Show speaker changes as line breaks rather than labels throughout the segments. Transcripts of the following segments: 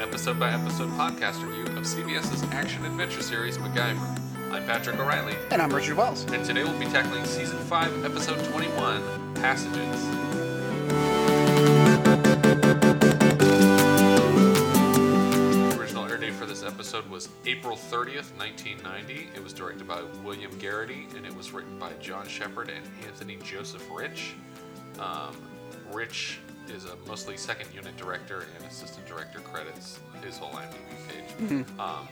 episode by episode podcast review of CBS's action adventure series MacGyver. I'm Patrick O'Reilly,
And I'm Richard Wells.
and today we'll be tackling Season 5, Episode 21 Passages. The original air date for this episode was April 30th, 1990. It was directed by William Garrity and it was written by John Shepard and Anthony Joseph Rich. Um, Rich is a mostly second unit director and assistant director credits his whole IMDb page. Um,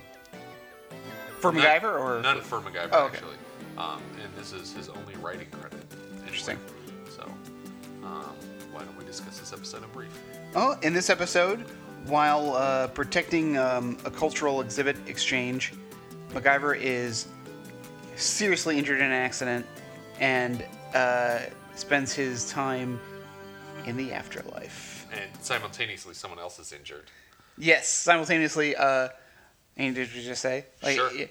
For
None-
MacGyver or
none for MacGyver
Oh, okay.
actually. Um, and this is his only writing credit.
Interesting.
So, um, why don't we discuss this episode in brief?
Oh, in this episode, while uh, protecting um, a cultural exhibit exchange, MacGyver is seriously injured in an accident and uh, spends his time in the afterlife.
And simultaneously, someone else is injured.
Yes, simultaneously. Uh, and did we just say?
Sure.
yeah.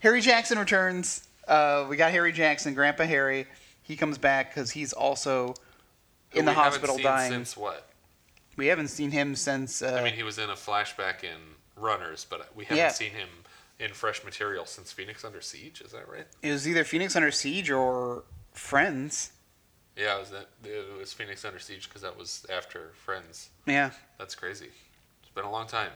Harry Jackson returns. Uh, we got Harry Jackson, Grandpa Harry. He comes back because he's also
who
in the
we haven't
hospital
seen
dying.
Since what?
We haven't seen him since. Uh,
I mean, he was in a flashback in Runners, but we haven't
Yeah.
seen him in fresh material since Phoenix Under Siege. Is that right?
it was either Phoenix Under Siege or Friends.
Yeah, it was that it was Phoenix Under Siege because that was after Friends.
Yeah.
That's crazy. It's been a long time.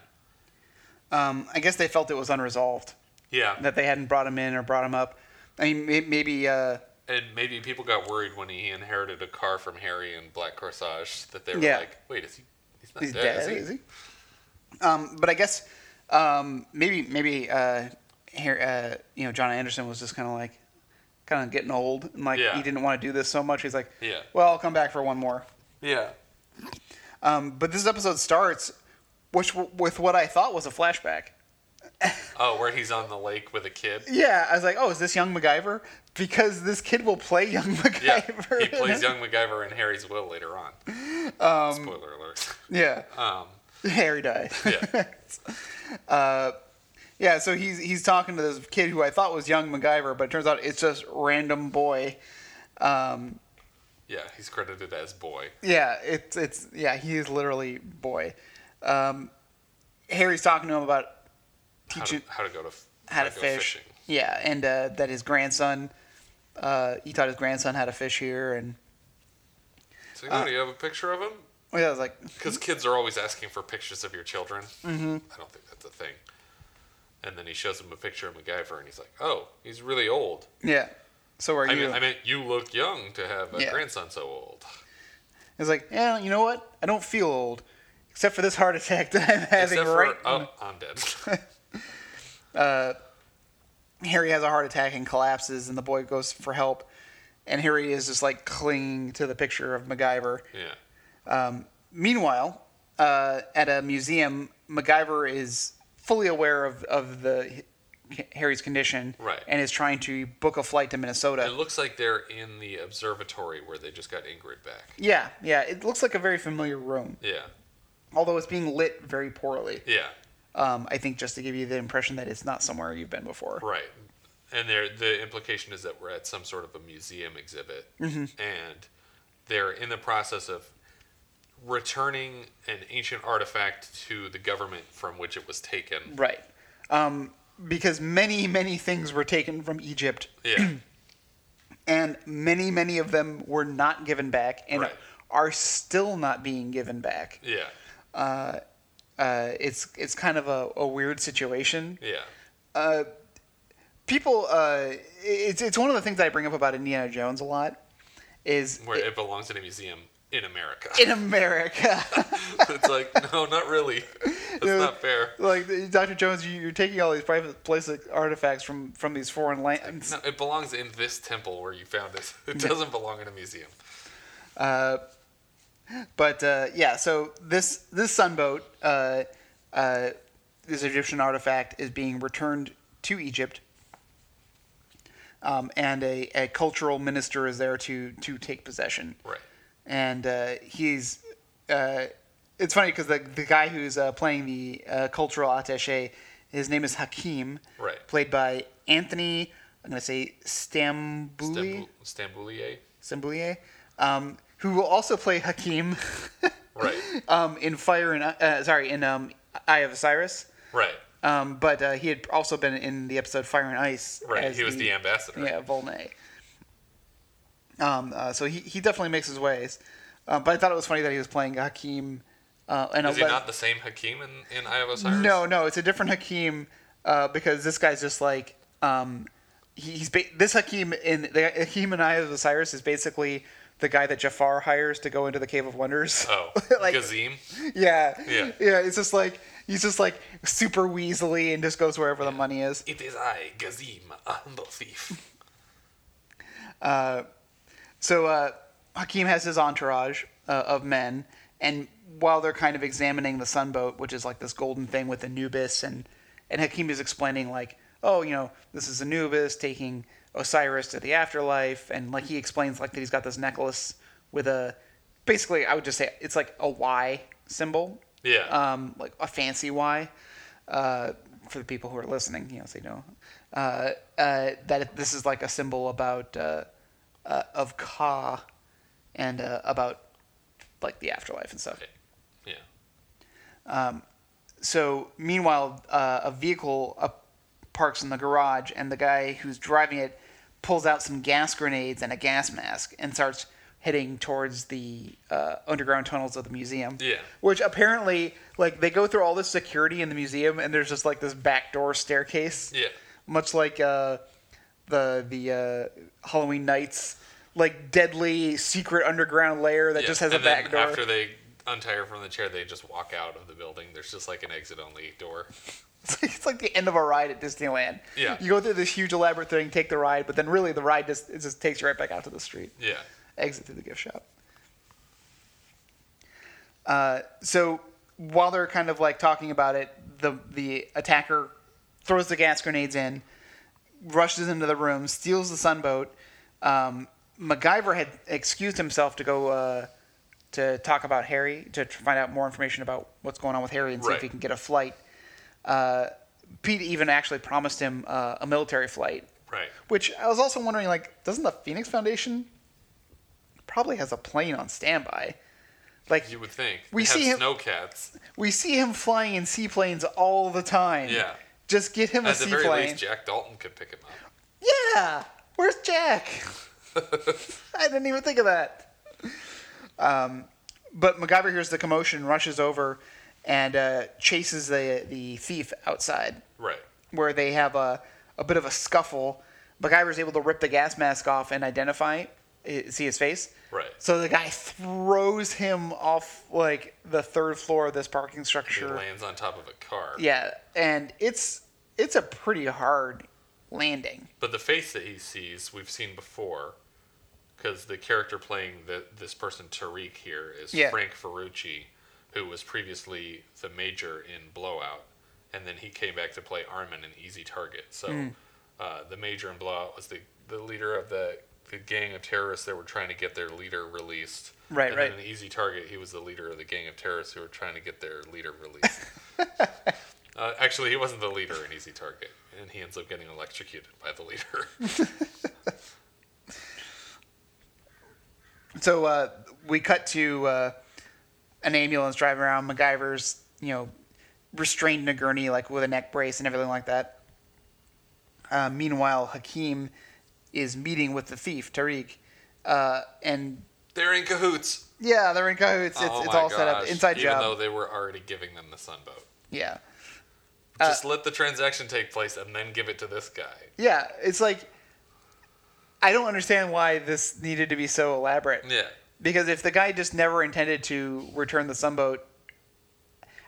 Um, I guess they felt it was unresolved
Yeah,
that they hadn't brought him in or brought him up. I mean, may- maybe. Uh,
and maybe people got worried when he inherited a car from Harry and Black Corsage that they were
Yeah.
like, "Wait, is he? He's not
he's
dead,
dead, is he? Um, but I guess um, maybe maybe uh, here uh, you know John Anderson was just kind of like kind of getting old and like
Yeah.
he didn't want to do this so much. He's like,
Yeah.
well, I'll come back for one more.
Yeah,
Um, but this episode starts, which w- with what I thought was a flashback.
Oh, where he's on the lake with a kid.
Yeah, I was like, oh, is this young MacGyver? Because this kid will play young
Yeah,
MacGyver.
he plays young MacGyver in Harry's will later on.
Um,
Spoiler alert.
Yeah,
Um,
Harry dies.
yeah,
yeah, so he's he's talking to this kid who I thought was young MacGyver, but it turns out it's just random boy. Um,
yeah, he's credited as boy.
yeah, it's it's yeah, he is literally boy. Um, Harry's talking to him about
How to,
teaching
how to go to f-
how to
go
fish.
fishing.
Yeah, and uh, that his grandson, uh, he taught his grandson how to fish here, and
So you
Uh,
know, do you have a picture of him?
yeah, I was like,
Because kids are always asking for pictures of your children. Mm-hmm. I don't think that's a thing. And then he shows him a picture of MacGyver, and he's like, "Oh, he's really old."
yeah. So are
I
you?
mean, I mean, you look young to have a
Yeah.
grandson so old.
It's like, yeah, you know what? I don't feel old, except for this heart attack that I'm having
Except
right.
for, oh, I'm dead.
Harry has a heart attack and collapses, and the boy goes for help, and Harry is just like clinging to the picture of MacGyver.
yeah,
Meanwhile, uh, at a museum, MacGyver is fully aware of of the Harry's condition,
Right.
and is trying to book a flight to Minnesota.
it looks like they're in the observatory where they just got Ingrid back.
yeah, yeah, it looks like a very familiar room,
Yeah,
although it's being lit very poorly.
yeah,
Um, I think just to give you the impression that it's not somewhere you've been before.
right. And there, the implication is that we're at some sort of a museum exhibit,
Mm-hmm.
and they're in the process of returning an ancient artifact to the government from which it was taken.
Right. Um, because many, many things were taken from Egypt,
Yeah,
and many, many of them were not given back and
Right.
are still not being given back.
yeah,
Uh, it's it's kind of a, a weird situation.
yeah.
People, uh, it's it's one of the things that I bring up about Indiana Jones a lot is
Where it belongs in a museum in America.
in America.
it's like, no, not really. That's
No.
not fair.
like Dr. Jones, you- you're taking all these private places artifacts from from these foreign lands.
No, it belongs in this temple where you found it. It doesn't belong in a museum.
But uh, yeah, so this this sunboat, uh, uh, this Egyptian artifact, is being returned to Egypt, um, and a, a cultural minister is there to to take possession.
Right.
And uh, he's, uh, it's funny because the the guy who's uh, playing the uh, cultural attaché, his name is Hakim,
Right.
played by Anthony. I'm gonna say Stambouli,
Stambu- Stamboulier.
Stambouli, um, who will also play Hakim.
Right.
um, in Fire and uh, sorry in um, Eye of Osiris.
Right.
Um, but uh, he had also been in the episode Fire and Ice.
Right.
as
he was the, ambassador.
Yeah, Volney. Um, uh, so he, he definitely makes his ways. Uh, but I thought it was funny that he was playing Hakim. Uh, and
Is
a
he
le-
not the same Hakim in, in Eye of Osiris?
No, no, it's a different Hakim uh, because this guy's just like um, he- he's ba- this Hakim in the Hakim and I of Osiris is basically the guy that Jafar hires to go into the Cave of Wonders.
Oh,
like
Gazim.
yeah,
Yeah.
yeah. It's just like he's just like super weaselly and just goes wherever the money is.
It is I, Gazim, a humble thief.
So uh, Hakim has his entourage uh, of men, and while they're kind of examining the sunboat, which is like this golden thing with Anubis, and and Hakim is explaining like, oh, you know, this is Anubis taking Osiris to the afterlife, and like he explains like that he's got this necklace with a, basically I would just say it's like a Y symbol,
Yeah.
um, like a fancy Y, uh, for the people who are listening, you know, so you know, uh, uh, that this is like a symbol about uh, uh, of Ka, and uh, about like the afterlife and stuff.
yeah.
So meanwhile, uh, a vehicle uh, parks in the garage, and the guy who's driving it pulls out some gas grenades and a gas mask and starts heading towards the uh, underground tunnels of the museum.
Yeah.
Which apparently, like, they go through all this security in the museum, and there's just like this backdoor staircase.
Yeah.
Much like uh, the the uh, Halloween Nights, like deadly secret underground layer that
yeah.
just has
and
a
then
back door.
After they untie her from the chair, they just walk out of the building. There's just like an exit only door.
It's like, it's like the end of a ride at Disneyland.
Yeah.
You go through this huge elaborate thing, take the ride, but then really the ride just it just takes you right back out to the street.
Yeah.
Exit through the gift shop. Uh, so while they're kind of like talking about it, the the attacker throws the gas grenades in, rushes into the room, steals the sunboat. Um, MacGyver had excused himself to go uh, to talk about Harry to tr- find out more information about what's going on with Harry and see if
Right.
he can get a flight. Uh, Pete even actually promised him uh, a military flight,
Right.
which I was also wondering, like, doesn't the Phoenix Foundation probably has a plane on standby? Like,
You would think.
We
They
see him-
have snowcats.
we see him flying in seaplanes all the time.
Yeah.
Just get him a
At the very
seaplane.
least, Jack Dalton could pick him up.
yeah. Where's Jack? I didn't even think of that. Um, but MacGyver hears the commotion, rushes over, and uh, chases the the thief outside.
Right.
where they have a, a bit of a scuffle. MacGyver's able to rip the gas mask off and identify, i- see his face.
Right.
So the guy throws him off like the third floor of this parking
He
structure.
lands on top of a car.
Yeah, and it's it's a pretty hard landing.
But the face that he sees, we've seen before, because the character playing the, this person Tariq here is
Yeah.
Frank Ferrucci, who was previously the major in Blowout, and then he came back to play Armin in Easy Target. So
Hmm.
uh, the major in Blowout was the the leader of the the gang of terrorists that were trying to get their leader released.
Right,
and
right.
Then in Easy Target, he was the leader of the gang of terrorists who were trying to get their leader released. Uh, actually, he wasn't the leader in Easy Target, and he ends up getting electrocuted by the leader.
So uh, we cut to uh, an ambulance driving around. MacGyver's, you know, restrained in a gurney, like with a neck brace and everything like that. Uh, meanwhile, Hakim is meeting with the thief, Tariq. Uh, and
They're in cahoots.
yeah, they're in cahoots. It's,
oh
it's
my
all set up.
gosh,
Inside
Even
job.
though they were already giving them the sunboat.
Yeah. Uh,
Just let the transaction take place and then give it to this guy.
Yeah. It's like, I don't understand why this needed to be so elaborate.
Yeah.
Because if the guy just never intended to return the sunboat,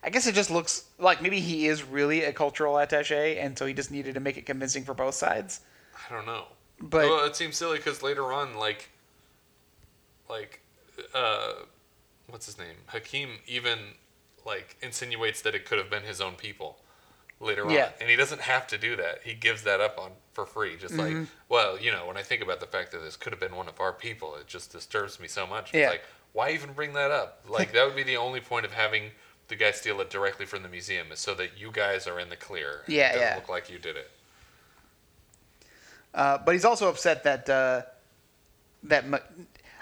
I guess it just looks like maybe he is really a cultural attache, and so he just needed to make it convincing for both sides.
I don't know.
But-
well, it seems silly because later on, like, like, uh, what's his name? Hakim even like insinuates that it could have been his own people later on,
Yeah.
and he doesn't have to do that. He gives that up on for free. Just
Mm-hmm.
like, well, you know, when I think about the fact that this could have been one of our people, it just disturbs me so much.
Yeah.
It's like, why even bring that up? Like, that would be the only point of having. The guy steal it directly from the museum is so that you guys are in the clear. and
Yeah,
it doesn't
yeah.
look like you did it.
Uh, but he's also upset that uh, that Ma-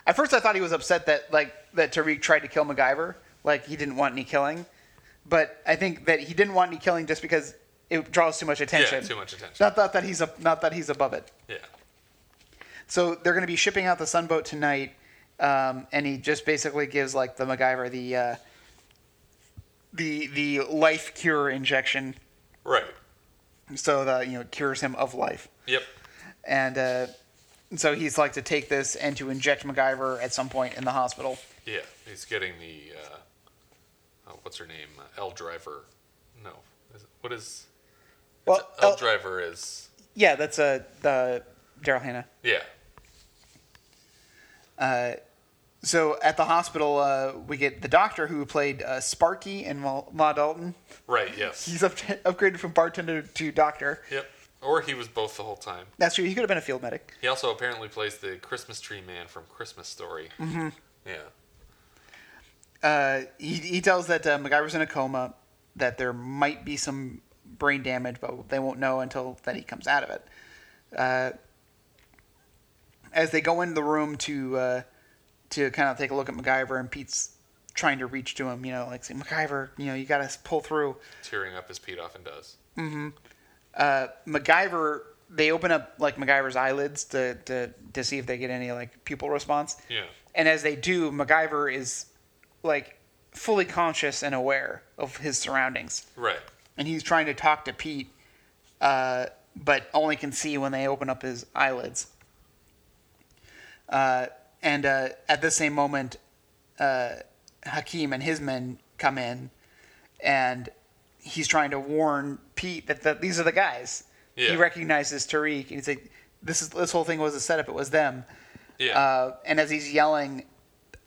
at first I thought he was upset that like that Tariq tried to kill MacGyver, like he didn't want any killing, But I think that he didn't want any killing just because it draws too much attention.
too much attention.
Not, not that he's a, not that he's above it.
Yeah.
So they're going to be shipping out the sunboat tonight, um, and he just basically gives like the MacGyver the uh, the the life cure injection,
Right.
so that you know it cures him of life.
Yep.
And uh, so he's like to take this and to inject MacGyver at some point in the hospital.
Yeah. He's getting the uh, oh, what's her name? Uh, L driver. No. Is it- what is?
Well,
L,
L-
driver is.
Yeah, that's uh, the Daryl Hannah. Uh,
Yeah.
So at the hospital, uh, we get the doctor who played uh, Sparky and Ma-, Ma Dalton.
Right. Yes.
He's up- upgraded from bartender to doctor.
Yep. Or he was both the whole time.
That's true. He could have been a field medic.
He also apparently plays the Christmas tree man from Christmas Story. Mm-hmm. Yeah.
Uh, he, he tells that uh, MacGyver's in a coma, that there might be some brain damage, but they won't know until that he comes out of it. Uh, as they go into the room to uh, to kind of take a look at MacGyver, and Pete's trying to reach to him, you know, like say, MacGyver, you know, you got to pull through.
Tearing up as Pete often does.
uh, MacGyver, they open up like MacGyver's eyelids to, to to see if they get any like pupil response.
Yeah.
And as they do, MacGyver is like fully conscious and aware of his surroundings,
Right.
and he's trying to talk to Pete, uh, but only can see when they open up his eyelids. Uh, and uh, at the same moment, uh, Hakeem and his men come in, and he's trying to warn Pete that, that these are the guys. He
Yeah.
recognizes Tariq, and he's like, "This is this whole thing was a setup. It was them."
Yeah.
Uh, and as he's yelling,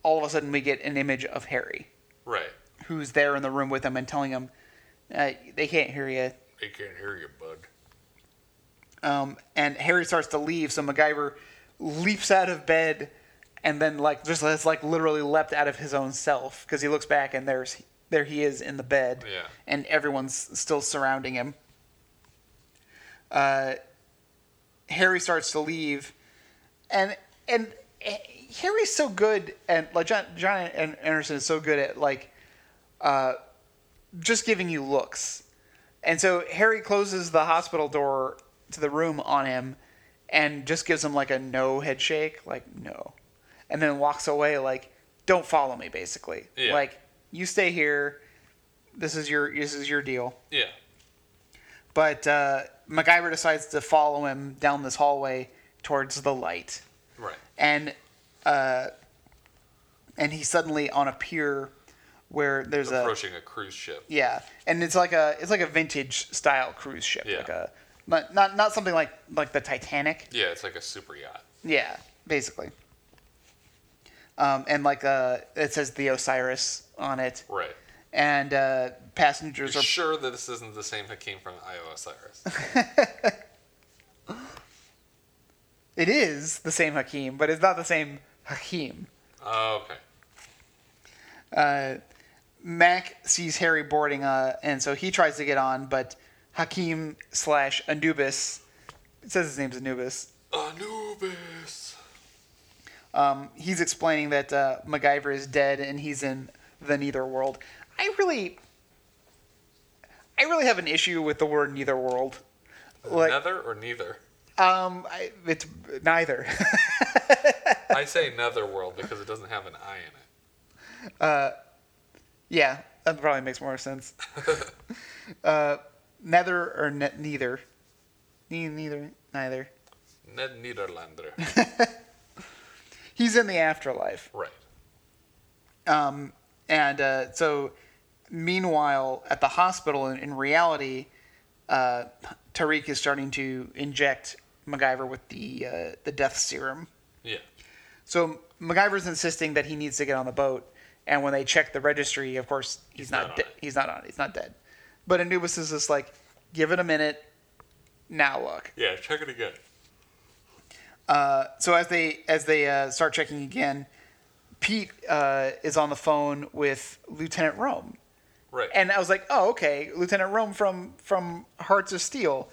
all of a sudden we get an image of Harry,
right.
who's there in the room with him and telling him, uh, "They can't hear you."
They can't hear you, bud.
Um, and Harry starts to leave, so MacGyver leaps out of bed, and then like just has like literally leapt out of his own self because he looks back and there's there he is in the bed,
Yeah.
and everyone's still surrounding him. Uh, Harry starts to leave, and and eh, Harry's so good, and like John John An- Anderson is so good at like uh, just giving you looks. And so Harry closes the hospital door to the room on him and just gives him like a no head shake, like no. And then walks away like don't follow me basically.
Yeah.
Like you stay here. This is your this is your deal.
Yeah.
But uh MacGyver decides to follow him down this hallway towards the light
Right.
and uh, and he's suddenly on a pier where there's a
Approaching a cruise ship.
yeah, and it's like a it's like a vintage style cruise ship,
Yeah.
like a not, not not something like like the Titanic,
Yeah, it's like a super yacht.
yeah, basically. Um, and like uh, it says the Osiris on it,
Right.
and uh, passengers
You're
are
sure that this isn't the same that came from Iowa Cyrus?
it is the same Hakim, but it's not the same Hakim.
oh, okay.
uh, Mac sees Harry boarding, uh, and so he tries to get on, but Hakim slash Anubis, it says his name's Anubis.
Anubis.
Um, he's explaining that uh, MacGyver is dead and he's in the Neither World. I really, I really have an issue with the word Neither World. Like,
Nether or neither?
um, I, it's neither.
I say nether world because it doesn't have an I in it.
yeah, that probably makes more sense. uh, nether or ne- neither, ne- neither, neither.
Ned Niederlander.
He's in the afterlife.
right.
Um, and uh, so, meanwhile, at the hospital, in, in reality, uh, Tariq is starting to inject MacGyver with the uh, the death serum.
Yeah.
So MacGyver's insisting that he needs to get on the boat, and when they check the registry, of course, he's, not,
not on
de-
it.
he's not on. it. He's not dead. But Anubis is just like, give it a minute. Now look. Uh,
Yeah, check it again.
so as they as they uh, start checking again, Pete uh, is on the phone with Lieutenant Rome,
Right.
and I was like, oh okay, Lieutenant Rome from from Hearts of Steel,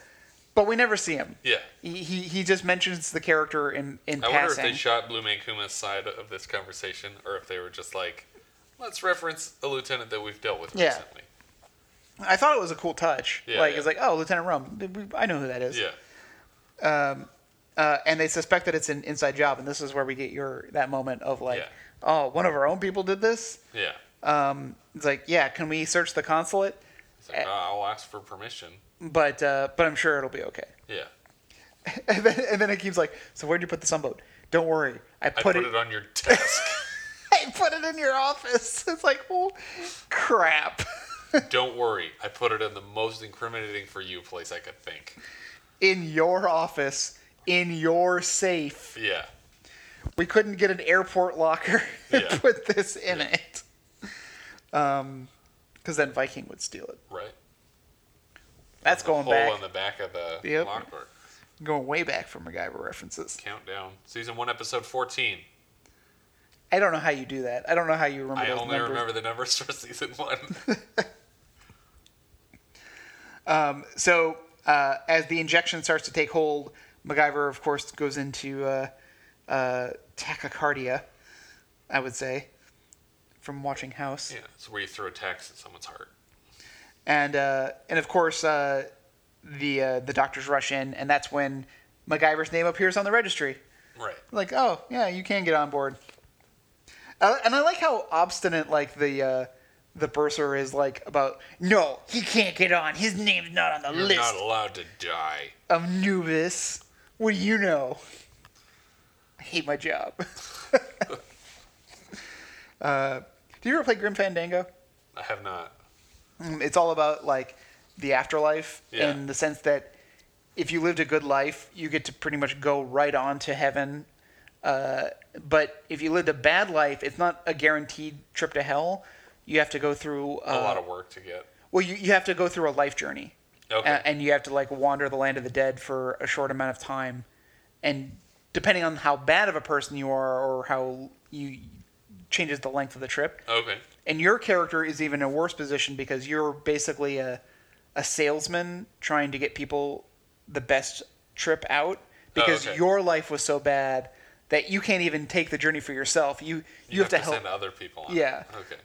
but we never see him.
Yeah.
he he, he just mentions the character in in
I wonder
passing.
if they shot Blue Man Kuma's side of this conversation or if they were just like, let's reference a lieutenant that we've dealt with
Yeah.
recently.
I thought it was a cool touch.
Yeah,
like
yeah.
it's like, oh, Lieutenant Rum, I know who that is.
Yeah.
Uh, and they suspect that it's an inside job, and this is where we get your that moment of like,
Yeah.
oh, one of our own people did this.
Yeah.
Um, it's like, yeah, can we search the consulate?
It's
Eh.
like, "Ah, I'll ask for permission.
But uh, but I'm sure it'll be okay.
Yeah.
And then, and then it keeps like, so where'd you put the sunboat? Don't worry, I
I
put,
put,
it.
it, on your desk.
I put it in your office. It's like, well, crap.
Don't worry. I put it in the most incriminating for you place I could think.
in your office, in your safe.
Yeah.
We couldn't get an airport locker and
Yeah.
put this in it. Um, because then Viking would steal it.
Right.
That's going
Hole
back,
in the back of the
Yep.
lockboard.
going way back for MacGyver references.
Countdown. Season 1, episode 14.
I don't know how you do that. I don't know how you remember
I
those
only
numbers.
remember the numbers for season 1.
So uh, as the injection starts to take hold, MacGyver, of course, goes into uh, uh, tachycardia. I would say, from watching House.
yeah. It's where you throw a tax at someone's heart.
and uh, and of course uh, the uh, the doctors rush in, and that's when MacGyver's name appears on the registry.
Right.
Like, oh yeah, you can get on board. Uh, and I like how obstinate like the uh, the bursar is like about no, he can't get on. His name's not on the
You're
list
not allowed to die.
of Nubis. What do you know? I hate my job. uh, do you ever play Grim Fandango?
I have not.
Mm, it's all about like the afterlife
Yeah.
in the sense that if you lived a good life, you get to pretty much go right on to heaven. Uh, but if you lived a bad life, it's not a guaranteed trip to hell. You have to go through uh,
A lot of work to get.
well, you, you have to go through a life journey,
Okay.
A- and you have to like wander the land of the dead for a short amount of time, and depending on how bad of a person you are or how you changes the length of the trip,
Okay.
and your character is even in a worse position because you're basically a a salesman trying to get people the best trip out because
okay.
your life was so bad that you can't even take the journey for yourself. You you, have, to, help.
send other people on.
Yeah.
Okay.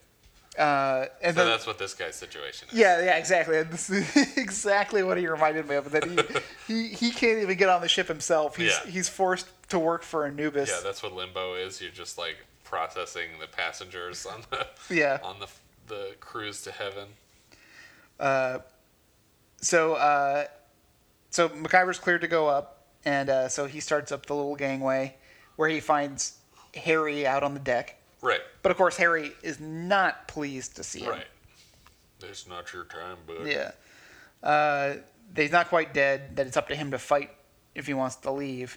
Uh, and
So
then,
that's what this guy's situation is.
yeah, yeah, exactly. This is exactly what he reminded me of. That he, he he can't even get on the ship himself. He's
Yeah.
he's forced to work for Anubis.
Yeah, that's what limbo is. You're just like processing the passengers on the
Yeah.
on the the cruise to heaven.
so uh, so McIver's cleared to go up, and uh, so he starts up the little gangway where he finds Harry out on the deck.
Right.
But of course, Harry is not pleased to see him.
Right. It's not your time, bud.
Yeah. Uh, that he's not quite dead. That it's up to him to fight if he wants to leave.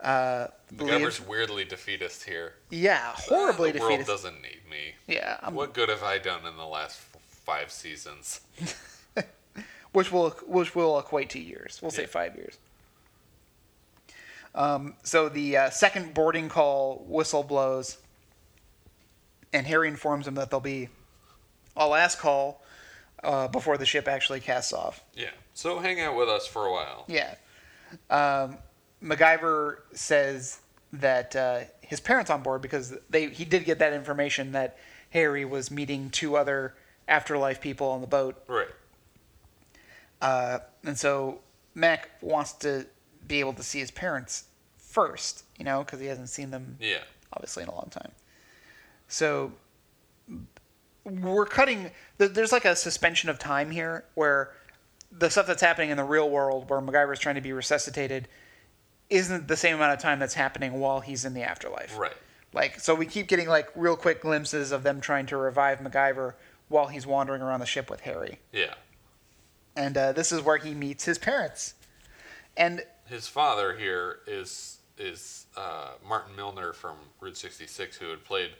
Uh,
The
leave-
governor's weirdly defeatist here.
Yeah, horribly
the world
defeated.
doesn't need me.
yeah, I'm-
What good have I done in the last f- five seasons?
which will which will equate to years. We'll say
Yeah.
five years. Um, so the uh, second boarding call whistle blows, and Harry informs him that there'll be a last call uh, before the ship actually casts off.
Yeah. So hang out with us for a while.
Yeah. Um, MacGyver says that uh, his parents on board because they he did get that information that Harry was meeting two other afterlife people on the boat
Right.
Uh, and so Mac wants to be able to see his parents first, you know, because he hasn't seen them
Yeah.
obviously in a long time. So we're cutting. th- There's like a suspension of time here where the stuff that's happening in the real world, where MacGyver is trying to be resuscitated, isn't the same amount of time that's happening while he's in the afterlife.
Right.
Like, so we keep getting like real quick glimpses of them trying to revive MacGyver while he's wandering around the ship with Harry
Yeah.
and uh, this is where he meets his parents. And
His father here is is uh, Martin Milner from Route 66, who had played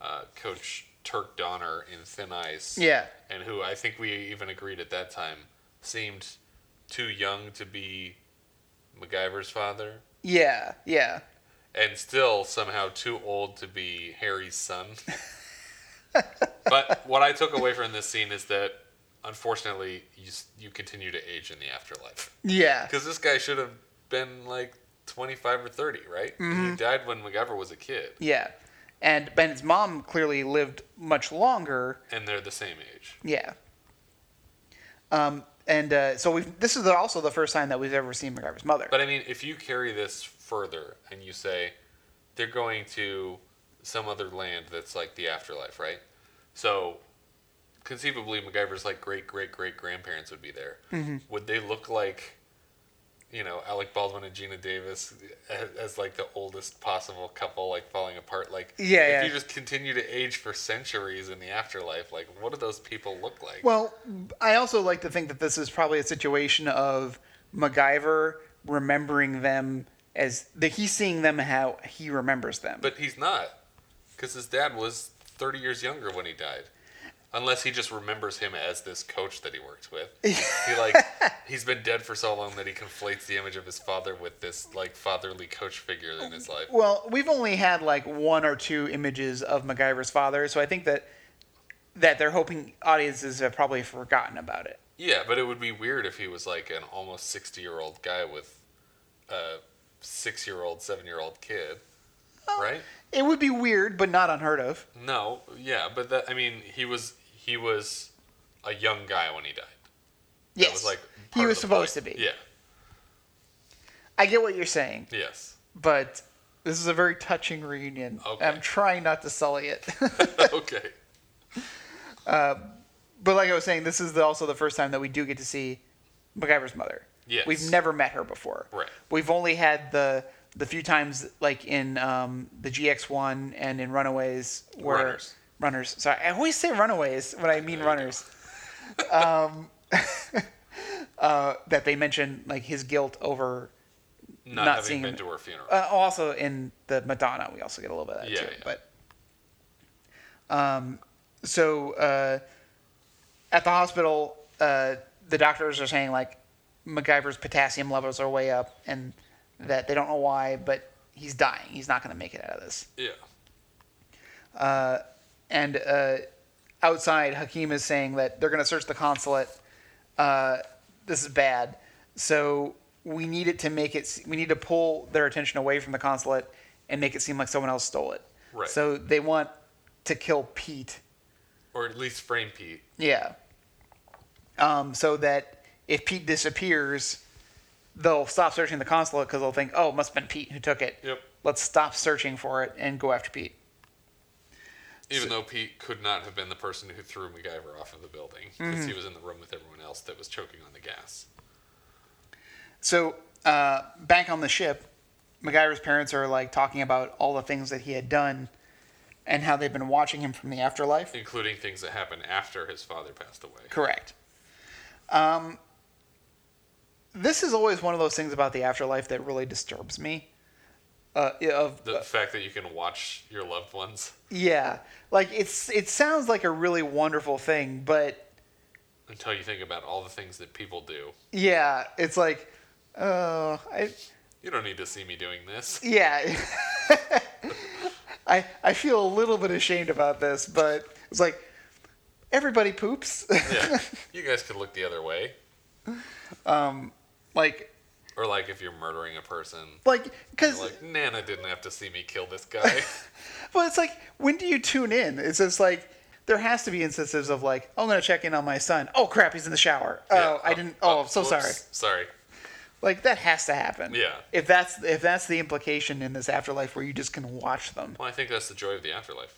uh, Coach Turk Donner in Thin Ice.
yeah,
and who I think we even agreed at that time seemed too young to be MacGyver's father,
yeah, yeah,
and still somehow too old to be Harry's son. but what I took away from this scene is that, unfortunately, you s- you continue to age in the afterlife
yeah,
because this guy should have been like twenty five or thirty, right? He died when MacGyver was a kid,
yeah. And Ben's mom clearly lived much longer.
and they're the same age.
Yeah. Um, and uh, so we this is also the first time that we've ever seen MacGyver's mother.
But I mean, if you carry this further and you say they're going to some other land that's like the afterlife, right? So conceivably, MacGyver's like great great great grandparents would be there.
Mm-hmm.
Would they look like, you know, Alec Baldwin and Gina Davis as, as like the oldest possible couple, like falling apart? Like,
Yeah,
if
yeah.
you just continue to age for centuries in the afterlife, like, what do those people look like?
Well, I also like to think that this is probably a situation of MacGyver remembering them as that he's seeing them how he remembers them.
But he's not, because his dad was 30 years younger when he died. Unless he just remembers him as this coach that he worked with. he like he's been dead for so long that he conflates the image of his father with this like fatherly coach figure in his life.
well, we've only had like one or two images of MacGyver's father, so I think that that they're hoping audiences have probably forgotten about it.
Yeah, but it would be weird if he was like an almost 60 year old guy with a six year old, seven year old kid.
Oh.
Right?
It would be weird, but not unheard of.
No, yeah, but that I mean he was he was a young guy when he died.
Yes,
That was like
he
part of
was
the
supposed
point.
to be.
Yeah.
I get what you're saying,
Yes.
but this is a very touching reunion.
Okay.
I'm trying not to sully it.
okay.
But like I was saying, this is the, also the first time that we do get to see MacGyver's mother.
Yes.
We've never met her before.
Right.
We've only had the the few times like in um, the GX1 and in Runaways where
Runners.
Runners. Sorry, I always say Runaways when I mean
you
Runners. um, uh, that they mention like his guilt over
Not,
Not
having
seeing
been
him.
to her funeral.
uh, also in the Madonna, we also get a little bit of that
Yeah,
too.
yeah.
But um, so uh, at the hospital, uh, the doctors are saying like MacGyver's potassium levels are way up, and that they don't know why, but he's dying. He's not going to make it out of this.
yeah.
And uh, outside, Hakim is saying that they're going to search the consulate. Uh, this is bad. So we need it to make it. We need to pull their attention away from the consulate and make it seem like someone else stole it.
Right.
So they want to kill Pete.
Or at least frame Pete.
Yeah. Um, so that if Pete disappears, they'll stop searching the consulate because they'll think, oh, it must have been Pete who took it.
Yep.
Let's stop searching for it and go after Pete.
Even though Pete could not have been the person who threw MacGyver off of the building because
Mm-hmm.
he was in the room with everyone else that was choking on the gas.
So uh, back on the ship, MacGyver's parents are like talking about all the things that he had done and how they've been watching him from the afterlife.
Including things that happened after his father passed away.
Correct. Um, this is always one of those things about the afterlife that really disturbs me. Uh, of
The fact that you can watch your loved ones
yeah, like it's it sounds like a really wonderful thing, but
until you think about all the things that people do.
yeah, it's like, oh, I
You don't need to see me doing this.
Yeah. I I feel a little bit ashamed about this, but it's like everybody poops.
Yeah. you guys could look the other way.
like
Or like if you're murdering a person.
like cuz
Like, Nana didn't have to see me kill this guy.
well it's like when do you tune in? It's just like there has to be instances of like I'm going to check in on my son. Oh crap, he's in the shower.
Yeah. Uh,
oh, I didn't Oh, I'm so
whoops.
sorry.
Sorry.
Like that has to happen.
Yeah.
If that's if that's the implication in this afterlife where you just can watch them.
Well, I think that's the joy of the afterlife.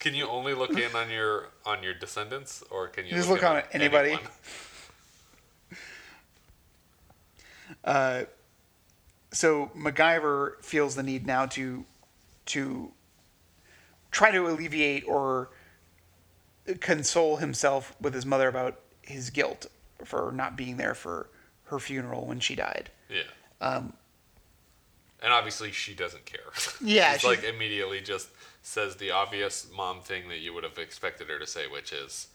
can you only look in on your on your descendants, or can you
Just
look,
look
in
on anybody.
anyone?
so MacGyver feels the need now to to try to alleviate or console himself with his mother about his guilt for not being there for her funeral when she died.
Yeah. Um, and obviously, she doesn't care.
Yeah,
she's
she-
like immediately just says the obvious mom thing that you would have expected her to say, which is,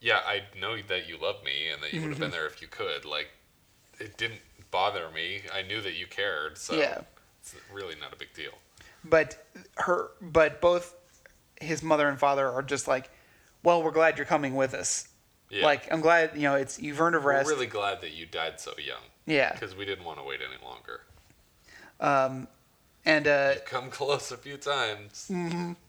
"Yeah, I know that you love me and that you would have been
Mm-hmm.
there if you could. Like, it didn't bother me. I knew that you cared, so
Yeah.
it's really not a big deal."
But her but both his mother and father are just like, "Well, we're glad you're coming with us."
Yeah.
Like, I'm glad, you know, it's you've earned a rest.
We're really glad that you died so young.
Yeah.
Because we didn't want to wait any longer.
and uh Mm-hmm.
Come close a few times.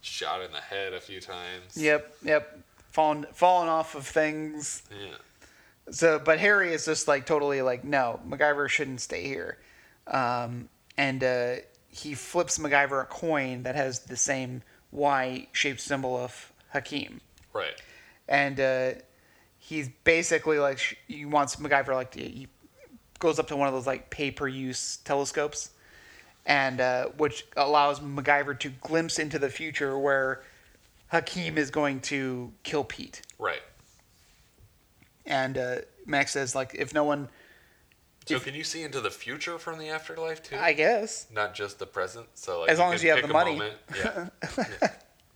Shot in the head a few times.
Yep, yep. fallen fallen off of things.
Yeah.
So, but Harry is just like totally like, no, MacGyver shouldn't stay here. Um, and uh, he flips MacGyver a coin that has the same Y shaped symbol of Hakim.
Right.
And uh, he's basically like, sh- he wants MacGyver, like, to, he goes up to one of those like pay per use telescopes, and uh, which allows MacGyver to glimpse into the future where Hakim is going to kill Pete
Right.
and uh, Max says like if no one,
So can you see into the future from the afterlife too?
I guess
Not just the present. So like
As long
could
as you have
pick
the
a
money.
moment. Yeah. yeah.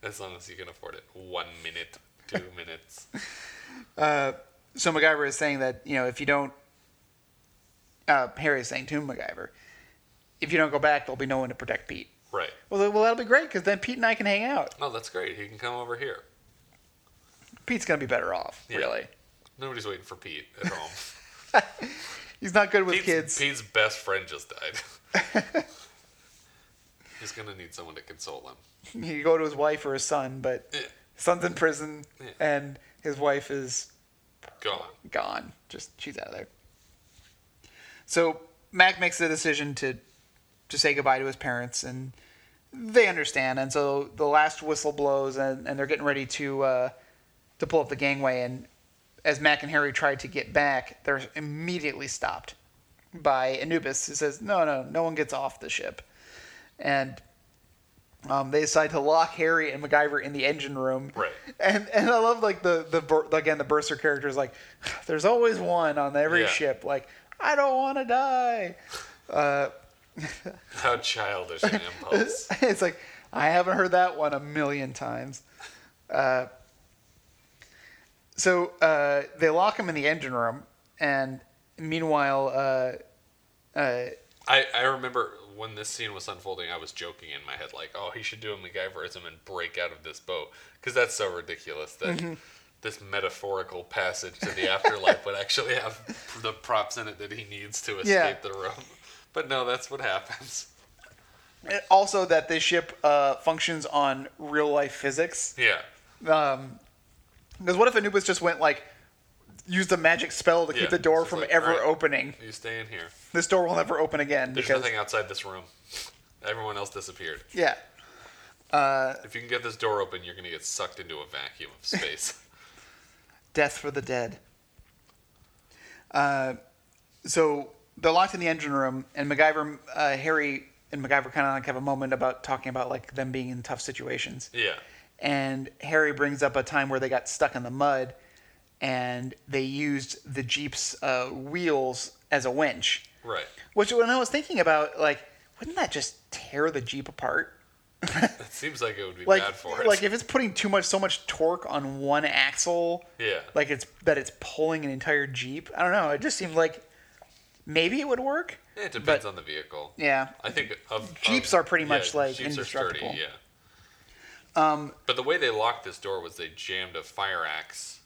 As long as you can afford it. One minute, two minutes.
so. MacGyver is saying that you know if you don't, uh, Harry is saying to MacGyver, if you don't go back, there'll be no one to protect Pete.
Right.
Well, then- well, that'll be great because then Pete and I can hang out.
Oh, that's great. He can come over here.
Pete's gonna be better off,
Yeah.
really.
Nobody's waiting for Pete at home.
He's not good with
Pete's,
kids.
Pete's best friend just died. He's gonna need someone to console him. Eh,
He could go to his wife or his son, but
Yeah.
son's in prison
Yeah.
and his wife is
Gone.
gone. Just she's out of there. So Mac makes the decision to to say goodbye to his parents, and they understand. And so the last whistle blows, and, and they're getting ready to uh, to pull up the gangway. And as Mac and Harry try to get back, they're immediately stopped by Anubis, who says, "No, no, no one gets off the ship." And um, they decide to lock Harry and MacGyver in the engine room.
Right.
And and I love like the the bur- again the Bursar character is like, there's always one on every
Yeah.
ship. Like I don't want to die.
How childish an impulse.
it's like I haven't heard that one a million times. Uh, so uh, they lock him in the engine room, and meanwhile, uh, uh,
I, I remember when this scene was unfolding, I was joking in my head, like, oh, he should do a MacGyverism and break out of this boat. Because that's so ridiculous that
Mm-hmm.
this metaphorical passage to the afterlife would actually have the props in it that he needs to escape
Yeah.
the room. But no, that's what happens.
also that this ship uh, functions on real life physics.
Yeah.
Um 'cause because what if Anubis just went like used a magic spell to
Yeah,
keep the door
it's
from
like,
ever
all right.
opening?
You stay in here.
This door will never open again
There's
because
nothing outside this room. Everyone else disappeared.
yeah.
If you can get this door open, you're going to get sucked into a vacuum of space.
Death for the Dead. Uh, so they're locked in the engine room, and MacGyver, uh, Harry, and MacGyver kind of like have a moment about talking about like them being in tough situations.
yeah.
And Harry brings up a time where they got stuck in the mud, and they used the jeep's uh, wheels as a winch.
Right.
Which, when I was thinking about, like, wouldn't that just tear the jeep apart?
It seems like it would be
Like,
bad for it.
like if it's putting too much, so much torque on one axle,
yeah.
like it's that it's pulling an entire jeep. I don't know. It just seemed like maybe it would work.
It depends on the vehicle.
Yeah.
I think of,
Jeeps
of-
are pretty much, like,
Jeeps are
indestructible.
sturdy, yeah. Um, but the way they locked this door was they jammed a fire axe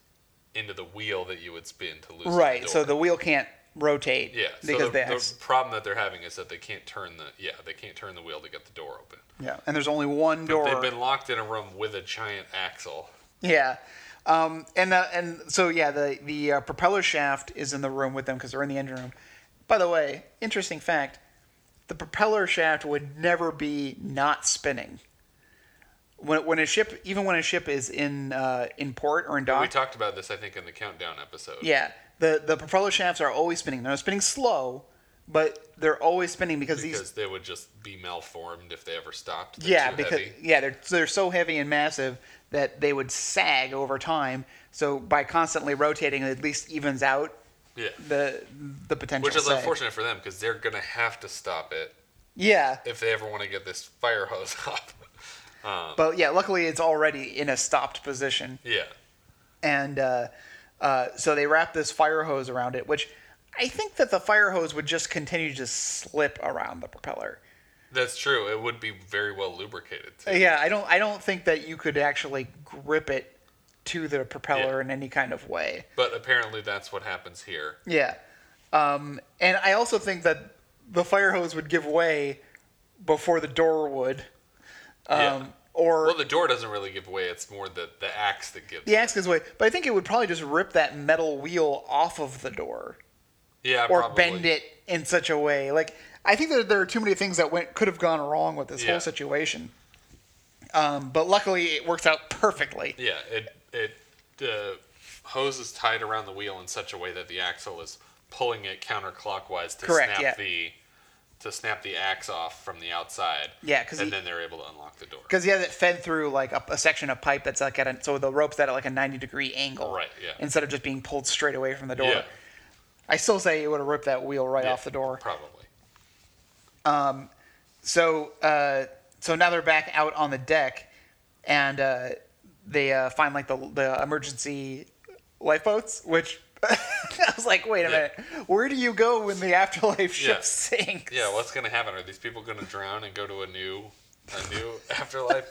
into the wheel that you would spin to loosen
Right.
the
So
door.
the wheel can't rotate.
yeah. so
Because
the,
the,
the
ax-
problem that they're having is that they can't turn the yeah they can't turn the wheel to get the door open.
yeah, and there's only one door.
They've been locked in a room with a giant axle.
Yeah. Um, and the, and so yeah, the the uh, propeller shaft is in the room with them because they're in the engine room. By the way, interesting fact: the propeller shaft would never be not spinning. When, when a ship, even when a ship is in uh, in port or in dock,
We talked about this I think in the countdown episode.
Yeah, the the propeller shafts are always spinning. They're spinning slow, but they're always spinning because,
Because
these.
they would just be malformed if they ever stopped. They're
Yeah,
too
because
heavy.
yeah, they're they're so heavy and massive that they would sag over time. So by constantly rotating, it at least evens out
yeah,
the the potential.
which is
sag.
unfortunate for them because they're gonna have to stop it
Yeah,
if they ever want to get this fire hose up. Um,
but yeah, luckily it's already in a stopped position.
yeah,
and uh, uh, so they wrap this fire hose around it, which I think that the fire hose would just continue to slip around the propeller.
that's true. It would be very well lubricated. Too.
Yeah, I don't I don't think that you could actually grip it to the propeller
Yeah.
in any kind of way.
But apparently, that's what happens here.
Yeah. Um, and I also think that the fire hose would give way before the door would. Um,
Yeah.
Or
Well, the door doesn't really give way. It's more the, the axe that gives.
the axe gives way. But I think it would probably just rip that metal wheel off of the door
Yeah,
or
probably.
bend it in such a way. Like I think that there are too many things that went could have gone wrong with this
Yeah.
whole situation. Um, but luckily, it works out perfectly.
Yeah, it it the hose is tied around the wheel in such a way that the axle is pulling it counterclockwise to
Correct,
snap
yeah.
the to snap the axe off from the outside.
Yeah, 'cause
and
he-
then they're able to unlock the door.
Because yeah, it fed through like a, a section of pipe that's like at a, so the rope's at like a ninety degree angle,
Right, yeah.
Instead of just being pulled straight away from the door.
yeah,
I still say it would have ripped that wheel right
yeah,
off the door.
Probably.
So uh, so now they're back out on the deck, and uh, they uh, find like the the emergency lifeboats. Which I was like, wait
Yeah.
a minute, where do you go when the afterlife ship
Yeah.
sinks?
Yeah, what's gonna happen? Are these people gonna drown and go to a new a new afterlife?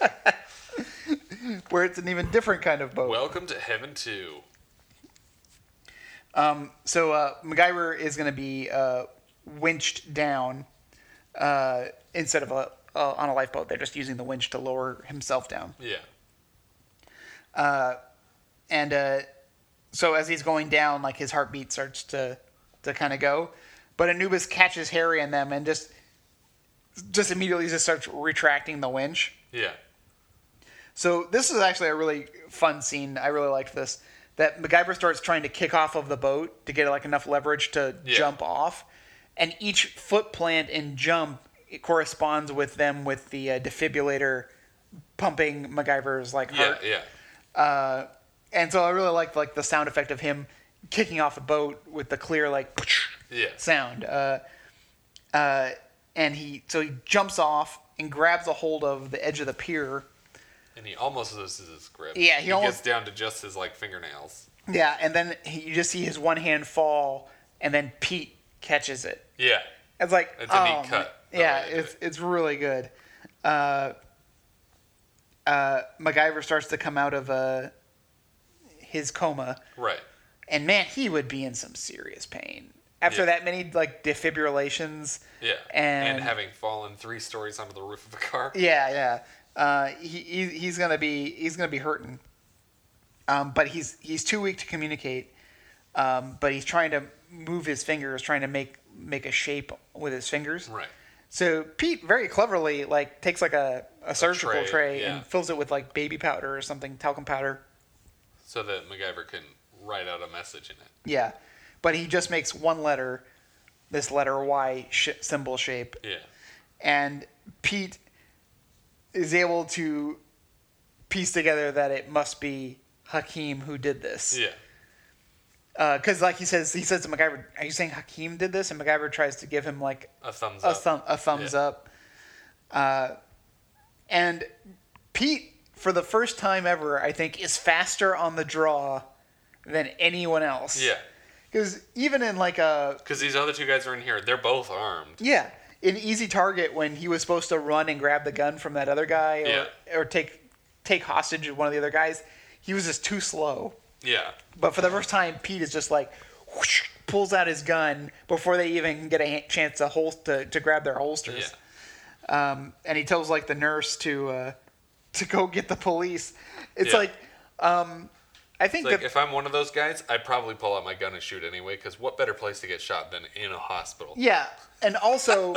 where it's an even different kind of boat.
Welcome to Heaven Two.
so uh, MacGyver is going to be uh, winched down uh, instead of a, uh, on a lifeboat. They're just using the winch to lower himself down.
Yeah.
And uh, so as he's going down, like his heartbeat starts to to kind of go, but Anubis catches Harry and them and just just immediately just starts retracting the winch.
Yeah.
So this is actually a really fun scene. I really liked this. That MacGyver starts trying to kick off of the boat to get like enough leverage to
Yeah.
jump off, and each foot plant and jump corresponds with them with the uh, defibrillator pumping MacGyver's like
Yeah,
heart.
yeah.
And so I really liked like the sound effect of him kicking off the boat with the clear like
Yeah.
sound. Uh, uh, and he so he jumps off and grabs a hold of the edge of the pier.
And he almost loses his grip.
Yeah, he
he
almost-
gets down to just his like fingernails.
Yeah, and then he, you just see his one hand fall, and then Pete catches it.
Yeah.
It's like
It's a neat
oh,
cut, the
Yeah,
way they did
it's it's really good. Uh, uh, MacGyver starts to come out of uh, his coma,
Right.
and man, he would be in some serious pain after
Yeah.
that many like defibrillations.
Yeah.
and,
having fallen three stories onto the roof of a car.
Yeah, yeah. Uh, he, he he's gonna be he's gonna be hurting. Um, but he's he's too weak to communicate. Um, but he's trying to move his fingers, trying to make make a shape with his fingers.
Right.
So Pete very cleverly like takes like a, a surgical
tray,
tray,
yeah.
and fills it with like baby powder or something, talcum powder.
So that MacGyver can write out a message in it.
Yeah. But he just makes one letter, this letter Y sh- symbol shape,
Yeah.
and Pete is able to piece together that it must be Hakim who did this.
Yeah.
Because like he says, he says to MacGyver, "Are you saying Hakim did this?" And MacGyver tries to give him like
A thumbs
a
up.
thumb a thumbs
Yeah.
up. Uh, and Pete, for the first time ever, I think, is faster on the draw than anyone else.
Yeah.
Because even in like a
Because these other two guys are in here. They're both armed.
Yeah, an easy target when he was supposed to run and grab the gun from that other guy, or,
Yeah.
or take take hostage one of the other guys. He was just too slow.
Yeah.
But for the first time, Pete is just like whoosh, pulls out his gun before they even get a ha- chance to hol- to, to grab their
Yeah.
holsters. Um, and he tells like the nurse to uh, to go get the police. It's
Yeah.
like um, I think
Like
that
if I'm one of those guys, I'd probably pull out my gun and shoot anyway. Because what better place to get shot than in a hospital?
Yeah, and also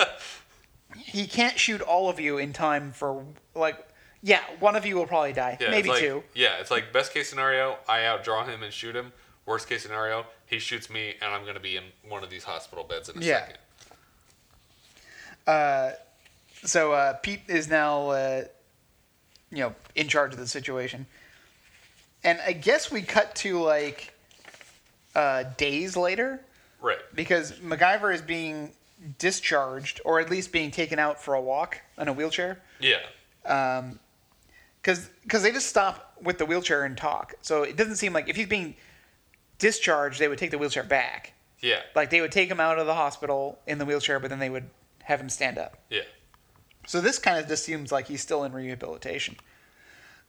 he can't shoot all of you in time for like yeah, one of you will probably die,
Yeah,
maybe
it's like,
two.
Yeah, it's like best case scenario, I outdraw him and shoot him. Worst case scenario, he shoots me and I'm gonna be in one of these hospital beds in a
Yeah.
second.
So uh, Pete is now uh, you know in charge of the situation, and I guess we cut to like uh, days later
Right.
because MacGyver is being discharged or at least being taken out for a walk in a wheelchair.
Yeah.
because because they just stop with the wheelchair and talk. So it doesn't seem like if he's being discharged, they would take the wheelchair back.
Yeah.
Like they would take him out of the hospital in the wheelchair, but then they would have him stand up.
Yeah.
So this kind of just seems like he's still in rehabilitation.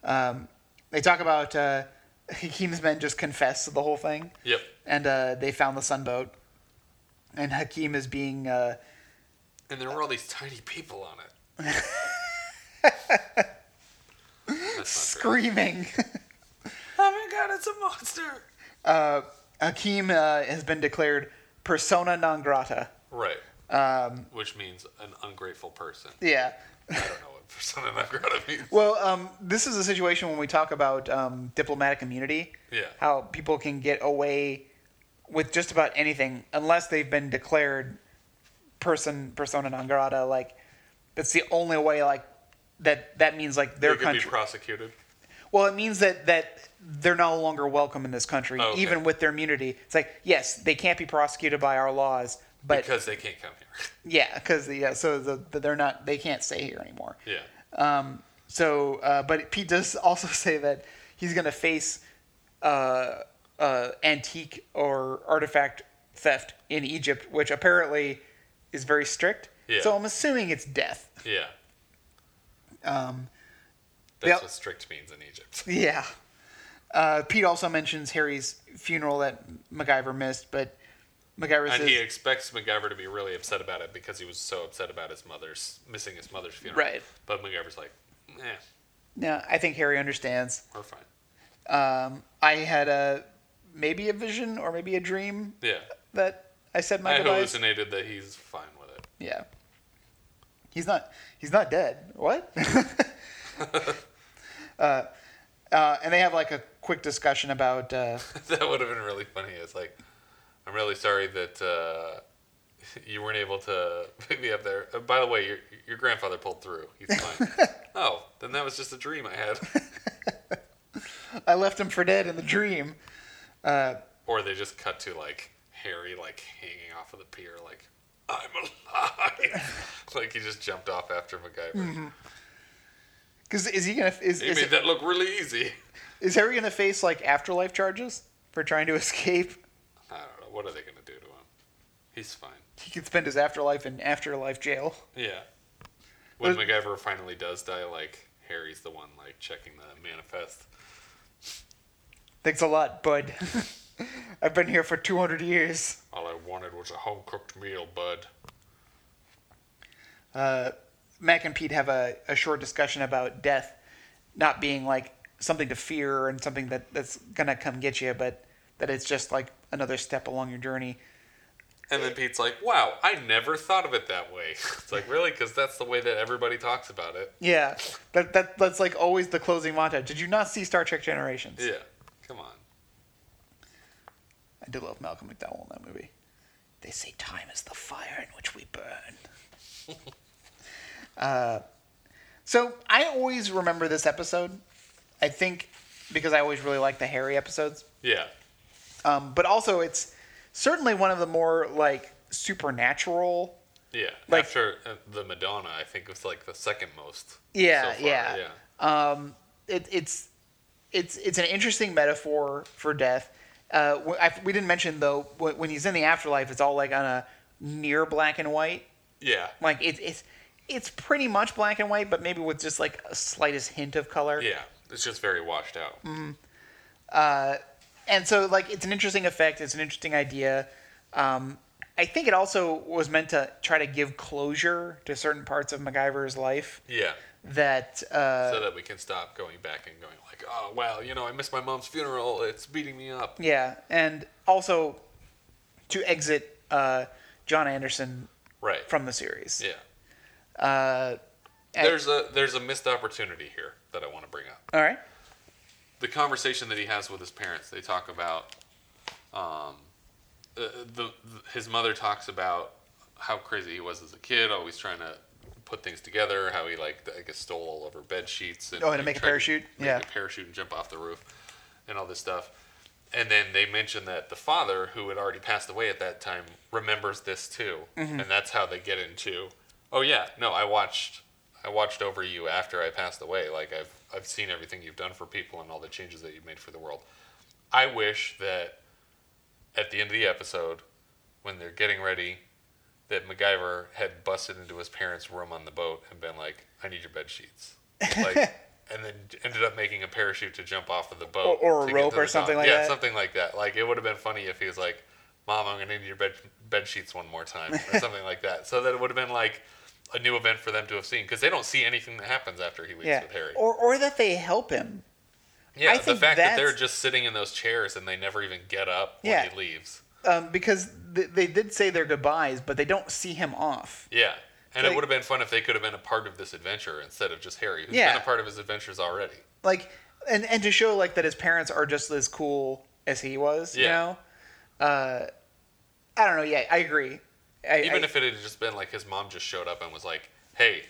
Um, they talk about uh, Hakim's men just confess to the whole thing,
Yep.
and uh, they found the sunboat, and Hakim is being. Uh,
And there were all these tiny people on it.
screaming.
Oh my god, it's a monster!
Uh, Hakim uh, has been declared persona non grata.
Right. Um, Which means an ungrateful person.
Yeah.
I don't know what persona non grata means.
Well, um, this is a situation when we talk about um, diplomatic immunity.
Yeah.
How people can get away with just about anything unless they've been declared person persona non grata. Like that's the only way. Like that that means like
They
their
could be
country.
prosecuted.
Well, it means that that they're no longer welcome in this country,
Oh, okay.
even with their immunity. It's like yes, they can't be prosecuted by our laws, but
Because they can't come here.
yeah, because yeah, so the, the, they're not they can't stay here anymore.
Yeah.
Um, so, uh, but Pete does also say that he's going to face uh, uh, antique or artifact theft in Egypt, which apparently is very strict.
Yeah.
So I'm assuming it's death.
Yeah.
Um,
That's
Yep.
what strict means in Egypt.
yeah. Uh, Pete also mentions Harry's funeral that MacGyver missed, but MacGyver
And
says,
he expects MacGyver to be really upset about it because he was so upset about his mother's missing his mother's funeral.
Right.
But MacGyver's like, eh,
"No, I think Harry understands.
we're fine.
Um, I had a maybe a vision or maybe a dream
Yeah.
that I said my
I
goodbyes."
hallucinated that he's fine with it.
Yeah. He's not. He's not dead. What? uh, uh, and they have like a quick discussion about. Uh,
that would have been really funny. It's like, I'm really sorry that uh, you weren't able to pick me up there. Uh, by the way, your your grandfather pulled through. He's fine. oh, then that was just a dream I had.
I left him for dead in the dream.
or they just cut to like Harry like hanging off of the pier, like I'm alive. like he just jumped off after MacGyver.
Because is he gonna Mm-hmm. is
He
is,
made that look really easy.
is Harry gonna face like afterlife charges for trying to escape?
I don't know. What are they gonna do to him? He's fine.
He could spend his afterlife in afterlife jail.
Yeah. When
But-
MacGyver finally does die, like Harry's the one like checking the manifest.
Thanks a lot, bud. I've been here for two hundred years.
All I wanted was a home cooked meal, bud.
uh, Mac and Pete have a, a short discussion about death not being like something to fear and something that, that's gonna come get you, but that it's just like another step along your journey.
And then Pete's like, "Wow, I never thought of it that way." It's like, really, because that's the way that everybody talks about it.
Yeah, that, that that's like always the closing montage. Did you not see Star Trek Generations?
Yeah, come on.
I do love Malcolm McDowell in that movie. They say time is the fire in which we burn. uh, so I always remember this episode. I think because I always really like the Harry episodes.
Yeah,
um, but also it's certainly one of the more like supernatural
yeah.
Like-
After uh, the Madonna, I think was like the second most. so
yeah
far,
yeah.
yeah.
um it, it's it's it's an interesting metaphor for death uh, wh- I, we didn't mention though wh- when he's in the afterlife it's all like on a near black and white
Yeah,
like it's it's it's pretty much black and white but maybe with just like a slightest hint of color
yeah. It's just very washed out.
Mm. and so like it's an interesting effect it's an interesting idea um, i think it also was meant to try to give closure to certain parts of macgyver's life
Yeah,
that uh,
so that we can stop going back and going like, "Oh, wow, you know, I missed my mom's funeral. It's beating me up."
yeah and also to exit uh, john anderson
Right.
from the series
yeah.
uh, and-
There's a there's a missed opportunity here that I want to bring up.
all right
the conversation that he has with his parents, they talk about um, uh, the, the his mother talks about how crazy he was as a kid, always trying to put things together, how he like I guess stole all of her bed sheets. And
Oh, and to
he
make a
tried
parachute?
make
Yeah.
a parachute and jump off the roof, and all this stuff. And then they mention that the father, who had already passed away at that time, remembers this too,
Mm-hmm.
and that's how they get into. Oh yeah, no, I watched, I watched over you after I passed away. Like I've, I've seen everything you've done for people and all the changes that you've made for the world. I wish that at the end of the episode, when they're getting ready, that MacGyver had busted into his parents' room on the boat and been like, "I need your bed sheets," like, and then ended up making a parachute to jump off of the boat,
Or- or a
to get to
rope or
the dock.
something like
yeah,
that.
something like that. Like it would have been funny if he was like, "Mom, I'm gonna need your bed bed sheets one more time," or something like that. So that it would have been like a new event for them to have seen because they don't see anything that happens after he leaves
yeah.
with Harry.
Or or that they help him.
yeah,
I
the
think
fact that they're
that's-
just sitting in those chairs and they never even get up when
Yeah.
he leaves.
Um, because th- they did say their goodbyes, but they don't see him off.
Yeah. And
Like-
it would have been fun if they could have been a part of this adventure instead of just Harry, who's
Yeah.
been a part of his adventures already.
Like, and and to show like that his parents are just as cool as he was. You
Yeah.
know. Uh, I don't know. Yeah, I agree. I,
Even
I-
if it had just been like his mom just showed up and was like, "Hey,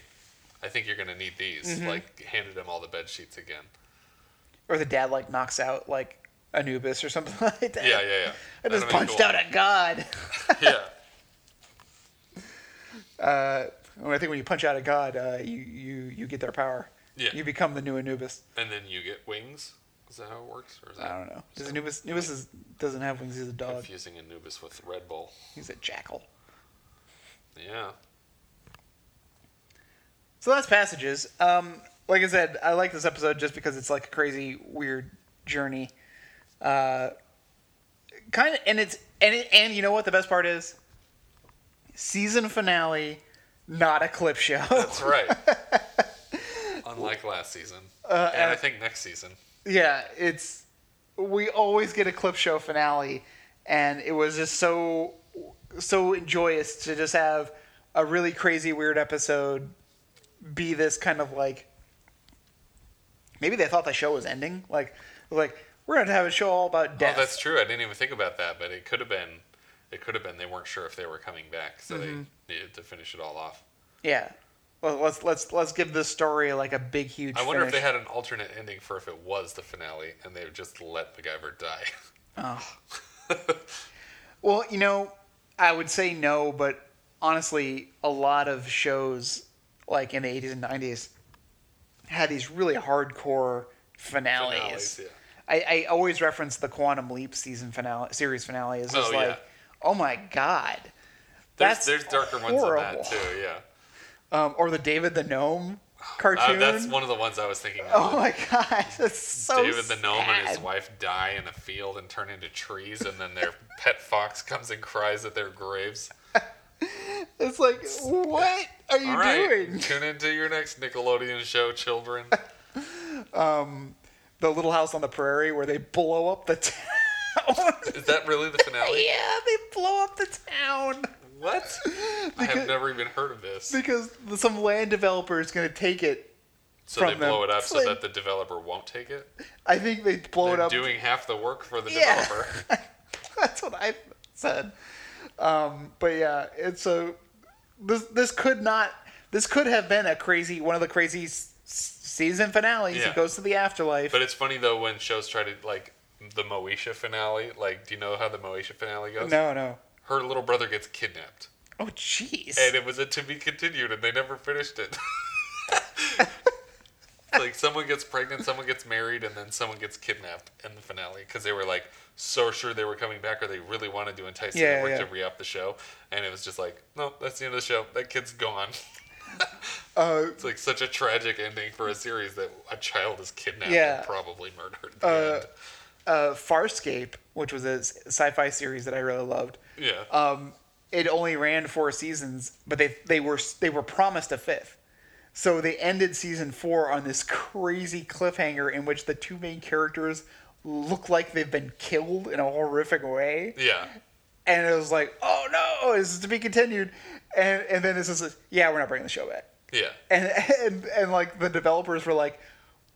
I think you're gonna need these,"
Mm-hmm.
like handed him all the bed sheets again.
or the dad like knocks out like Anubis or something like that.
Yeah, yeah, yeah.
I
That'd have
just
been
punched
cool.
out a god.
yeah,
Well, I think Uh, when you punch out a god, uh, you you you get their power.
Yeah.
You become the new Anubis.
and then you get wings. Is that how it works? Or is that
I don't know. Does Anubis Anubis is, doesn't have wings. He's a dog.
confusing Anubis with Red Bull?
He's a jackal.
Yeah,
So that's passages. Um, like I said, I like this episode just because it's like a crazy, weird journey. Uh, kind of, and it's and it, and you know what the best part is? Season finale, not a clip show.
that's right. Unlike last season,
Uh,
and I think next season.
yeah, it's we always get a clip show finale, and it was just so so joyous to just have a really crazy, weird episode be this kind of like maybe they thought the show was ending, like like we're gonna have a show all about death.
Oh, that's true. I didn't even think about that, but it could have been. It could have been they weren't sure if they were coming back, so
Mm-hmm.
they needed to finish it all off.
yeah. Well, let's let's let's give this story like a big, huge.
I wonder if
finish.
they had an alternate ending for if it was the finale and they just let MacGyver die.
Well, you know, I would say no, but honestly, a lot of shows like in the 80s and 90s had these really hardcore finales.
Finales, yeah.
I, I always reference the Quantum Leap season finale, series finale as just
Oh,
like,
yeah.
oh my god,
There's,
That's
there's darker
horrible.
ones than that too. Yeah,
um, or the David the Gnome
Uh,
cartoon.
that's one of the ones I was thinking.
Oh
Of.
my god, that's so
David the gnome and his
sad.
wife die in a field and turn into trees, and then their pet fox comes and cries at their graves.
It's like, what are you
All right,
doing?
tune into your next Nickelodeon show, children.
The Little House on the Prairie where they blow up the town.
Is that really the finale?
Yeah, they blow up the town
What? I
Because-
have never even heard of this.
because some land developer is going to take it.
So they
from them.
blow it up
It's
so
like-
that the developer won't take it.
I think they blow it
They're
up.
doing half the work for the
Yeah.
developer.
That's what I said. Um, but yeah, it's a this this could not this could have been a crazy one of the crazy s- s- season finales.
Yeah.
He goes to the afterlife.
But it's funny though when shows try to like the Moesha finale. Like, do you know how the Moesha finale goes?
no, no.
Her little brother gets kidnapped,
Oh jeez.
and it was a to be continued, and they never finished it. like someone gets pregnant, someone gets married, and then someone gets kidnapped in the finale because they were like so sure they were coming back, or they really wanted to entice the
Yeah,
network
yeah.
to re-up the show, and it was just like, no, that's the end of the show. That kid's gone.
Uh,
It's like such a tragic ending for a series that a child is kidnapped
Yeah.
and probably murdered. At the
uh, Farscape, which was a s- sci-fi series that I really loved.
end. Yeah.
um, it only ran four seasons, but they they were they were promised a fifth. So they ended season four on this crazy cliffhanger in which the two main characters look like they've been killed in a horrific way,
yeah.
and it was like, oh no, this is to be continued, and and then it's just like, yeah, we're not bringing the show back,
Yeah.
and and and like the developers were like,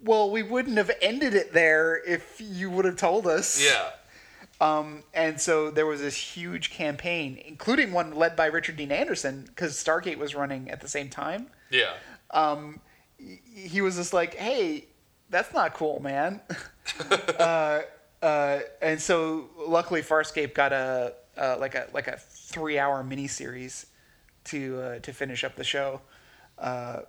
well, we wouldn't have ended it there if you would have told us,
Yeah.
And so there was this huge campaign, including one led by Richard Dean Anderson, because Stargate was running at the same time.
Yeah.
He was just like, "Hey, that's not cool, man." uh, uh, and so, luckily, Farscape got a uh, like a like a three hour miniseries to uh, to finish up the show. Uh,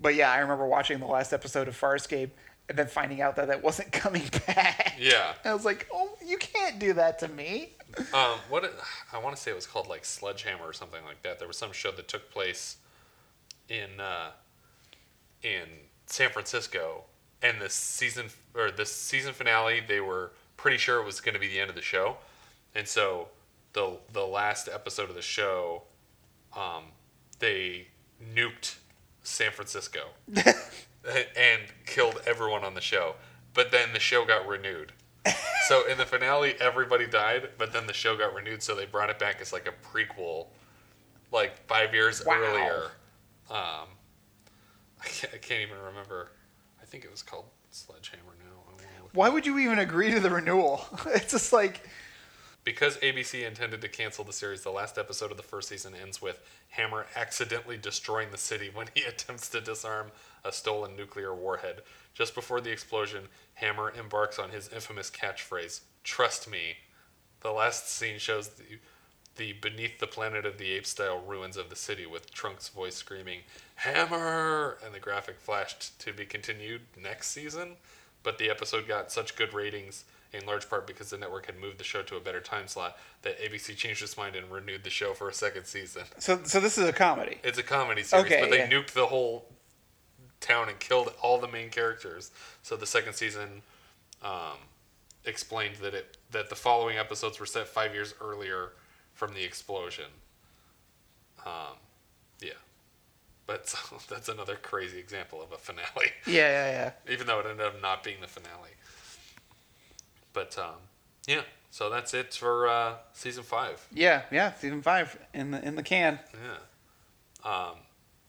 but yeah, I remember watching the last episode of Farscape and then finding out that that wasn't coming back.
Yeah.
I was like, "Oh, you can't do that to me."
Um, what it- I want to say it was called like Sledgehammer or something like that. There was some show that took place in uh, in San Francisco, and the season or the season finale, they were pretty sure it was going to be the end of the show, and so the the last episode of the show, um, they nuked San Francisco and killed everyone on the show. But then the show got renewed. so in the finale, everybody died, but then the show got renewed, so they brought it back as like a prequel, like five years
Wow.
earlier. Um, I can't, I can't even remember. I think it was called Sledgehammer now. I wanna look-
Why would you even agree to the renewal? it's just like
Because ABC intended to cancel the series, the last episode of the first season ends with Hammer accidentally destroying the city when he attempts to disarm a stolen nuclear warhead. Just before the explosion, Hammer embarks on his infamous catchphrase, Trust me. The last scene shows the, the beneath the planet of the apes style ruins of the city with Trunks' voice screaming, Hammer! And the graphic flashed to be continued next season. But the episode got such good ratings, in large part because the network had moved the show to a better time slot, that ABC changed its mind and renewed the show for a second season.
So, so this is a comedy.
It's a comedy series,
Okay,
but they
yeah.
nuked the whole town and killed all the main characters. So the second season um, explained that it that the following episodes were set five years earlier from the explosion. Um, yeah, but so, that's another crazy example of a finale,
Yeah, yeah, yeah.
even though it ended up not being the finale. But um, yeah, so that's it for uh, season five.
Yeah, yeah, season five in the in the can.
Yeah. Um,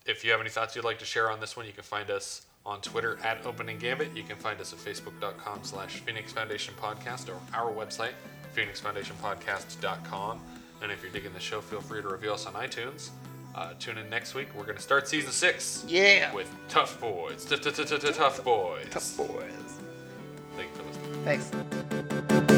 if you have any thoughts you'd like to share on this one, you can find us on Twitter at Opening Gambit. You can find us at facebook.com slash Phoenix Foundation Podcast or our website, phoenixfoundationpodcast.com. And if you're digging the show, feel free to review us on iTunes. Uh, tune in next week. We're going to start season six
Yeah.
with Tough Boys. Tough Boys.
Tough boys.
Thank you for listening.
Thanks.